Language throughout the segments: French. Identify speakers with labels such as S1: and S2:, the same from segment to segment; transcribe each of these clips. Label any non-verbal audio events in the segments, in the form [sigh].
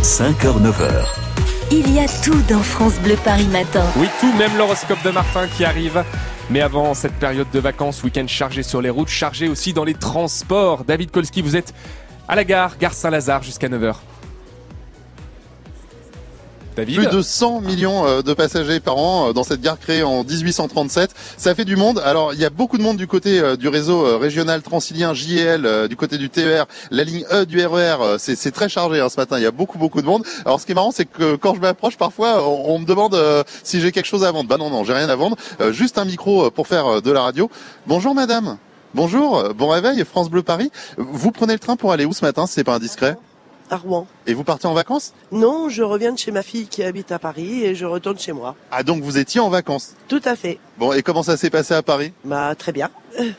S1: 5h-9h.
S2: Il y a tout dans France Bleu Paris Matin.
S3: Oui, tout, même l'horoscope de Martin qui arrive. Mais avant cette période de vacances, week-end chargé sur les routes, chargé aussi dans les transports. David Kolski, vous êtes à la gare, gare Saint-Lazare, jusqu'à 9h. David
S4: Plus de 100 millions euh, de passagers par an euh, dans cette gare créée en 1837. Ça fait du monde. Alors, il y a beaucoup de monde du côté euh, du réseau euh, régional transilien JL, euh, du côté du TER, la ligne E du RER. euh, c'est, c'est très chargé hein, ce matin. Il y a beaucoup, beaucoup de monde. Alors, ce qui est marrant, c'est que quand je m'approche, parfois, on, on me demande euh, si j'ai quelque chose à vendre. Bah non, non, j'ai rien à vendre. Euh, juste un micro euh, pour faire euh, de la radio. Bonjour, madame. Bonjour, euh, bon réveil, France Bleu Paris. Vous prenez le train pour aller où ce matin, si c'est pas indiscret
S5: à Rouen.
S4: Et vous partez en vacances
S5: Non, je reviens de chez ma fille qui habite à Paris et je retourne chez moi.
S4: Ah, donc vous étiez en vacances.
S5: Tout à fait.
S4: Bon, et comment ça s'est passé à Paris
S5: Bah très bien.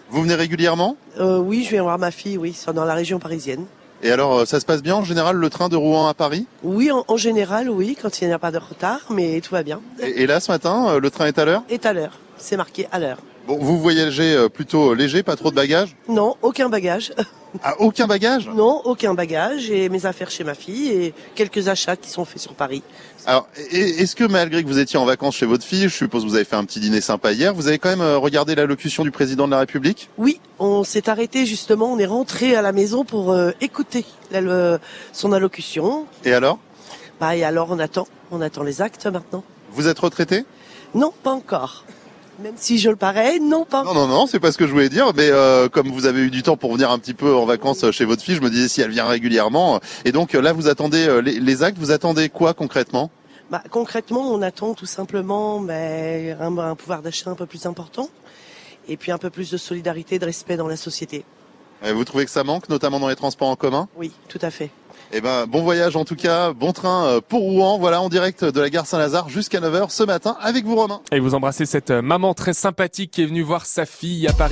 S4: Vous venez régulièrement
S5: Euh, oui, je viens voir ma fille, oui, c'est dans la région parisienne.
S4: Et alors, euh, ça se passe bien en général le train de Rouen à Paris
S5: Oui, en, en général, oui, quand il n'y a pas de retard, mais tout va bien.
S4: et, et là, ce matin, euh, le train est à l'heure
S5: Et à l'heure, c'est marqué à l'heure.
S4: Bon, vous voyagez euh, plutôt léger, pas trop de bagages
S5: Non, aucun bagage. [laughs]
S4: Ah, aucun bagage
S5: Non, aucun bagage et mes affaires chez ma fille et quelques achats qui sont faits sur Paris.
S4: Alors, et- est-ce que malgré que vous étiez en vacances chez votre fille, je suppose que vous avez fait un petit dîner sympa hier, vous avez quand même euh, regardé l'allocution du président de la République
S5: Oui, on s'est arrêté justement, on est rentré à la maison pour euh, écouter la- le- son allocution.
S4: Et alors
S5: Bah et alors on attend, on attend les actes maintenant.
S4: Vous êtes retraité
S5: Non, pas encore. Même si je le parais, non, pas
S4: Non, non, non, c'est pas ce que je voulais dire, mais euh, comme vous avez eu du temps pour venir un petit peu en vacances euh, chez votre fille, je me disais si elle vient régulièrement. euh, Et donc euh, là, vous attendez euh, les, les actes, vous attendez quoi concrètement
S5: Bah, concrètement, on attend tout simplement mais un, un pouvoir d'achat un peu plus important et puis un peu plus de solidarité, de respect dans la société.
S4: Euh, Vous trouvez que ça manque, notamment dans les transports en commun
S5: Oui, tout à fait.
S4: Eh ben, bon voyage en tout cas, bon train euh, pour Rouen. Voilà, en direct de la gare Saint-Lazare jusqu'à 9h ce matin avec vous, Romain.
S3: Et vous embrassez cette euh, maman très sympathique qui est venue voir sa fille à Paris.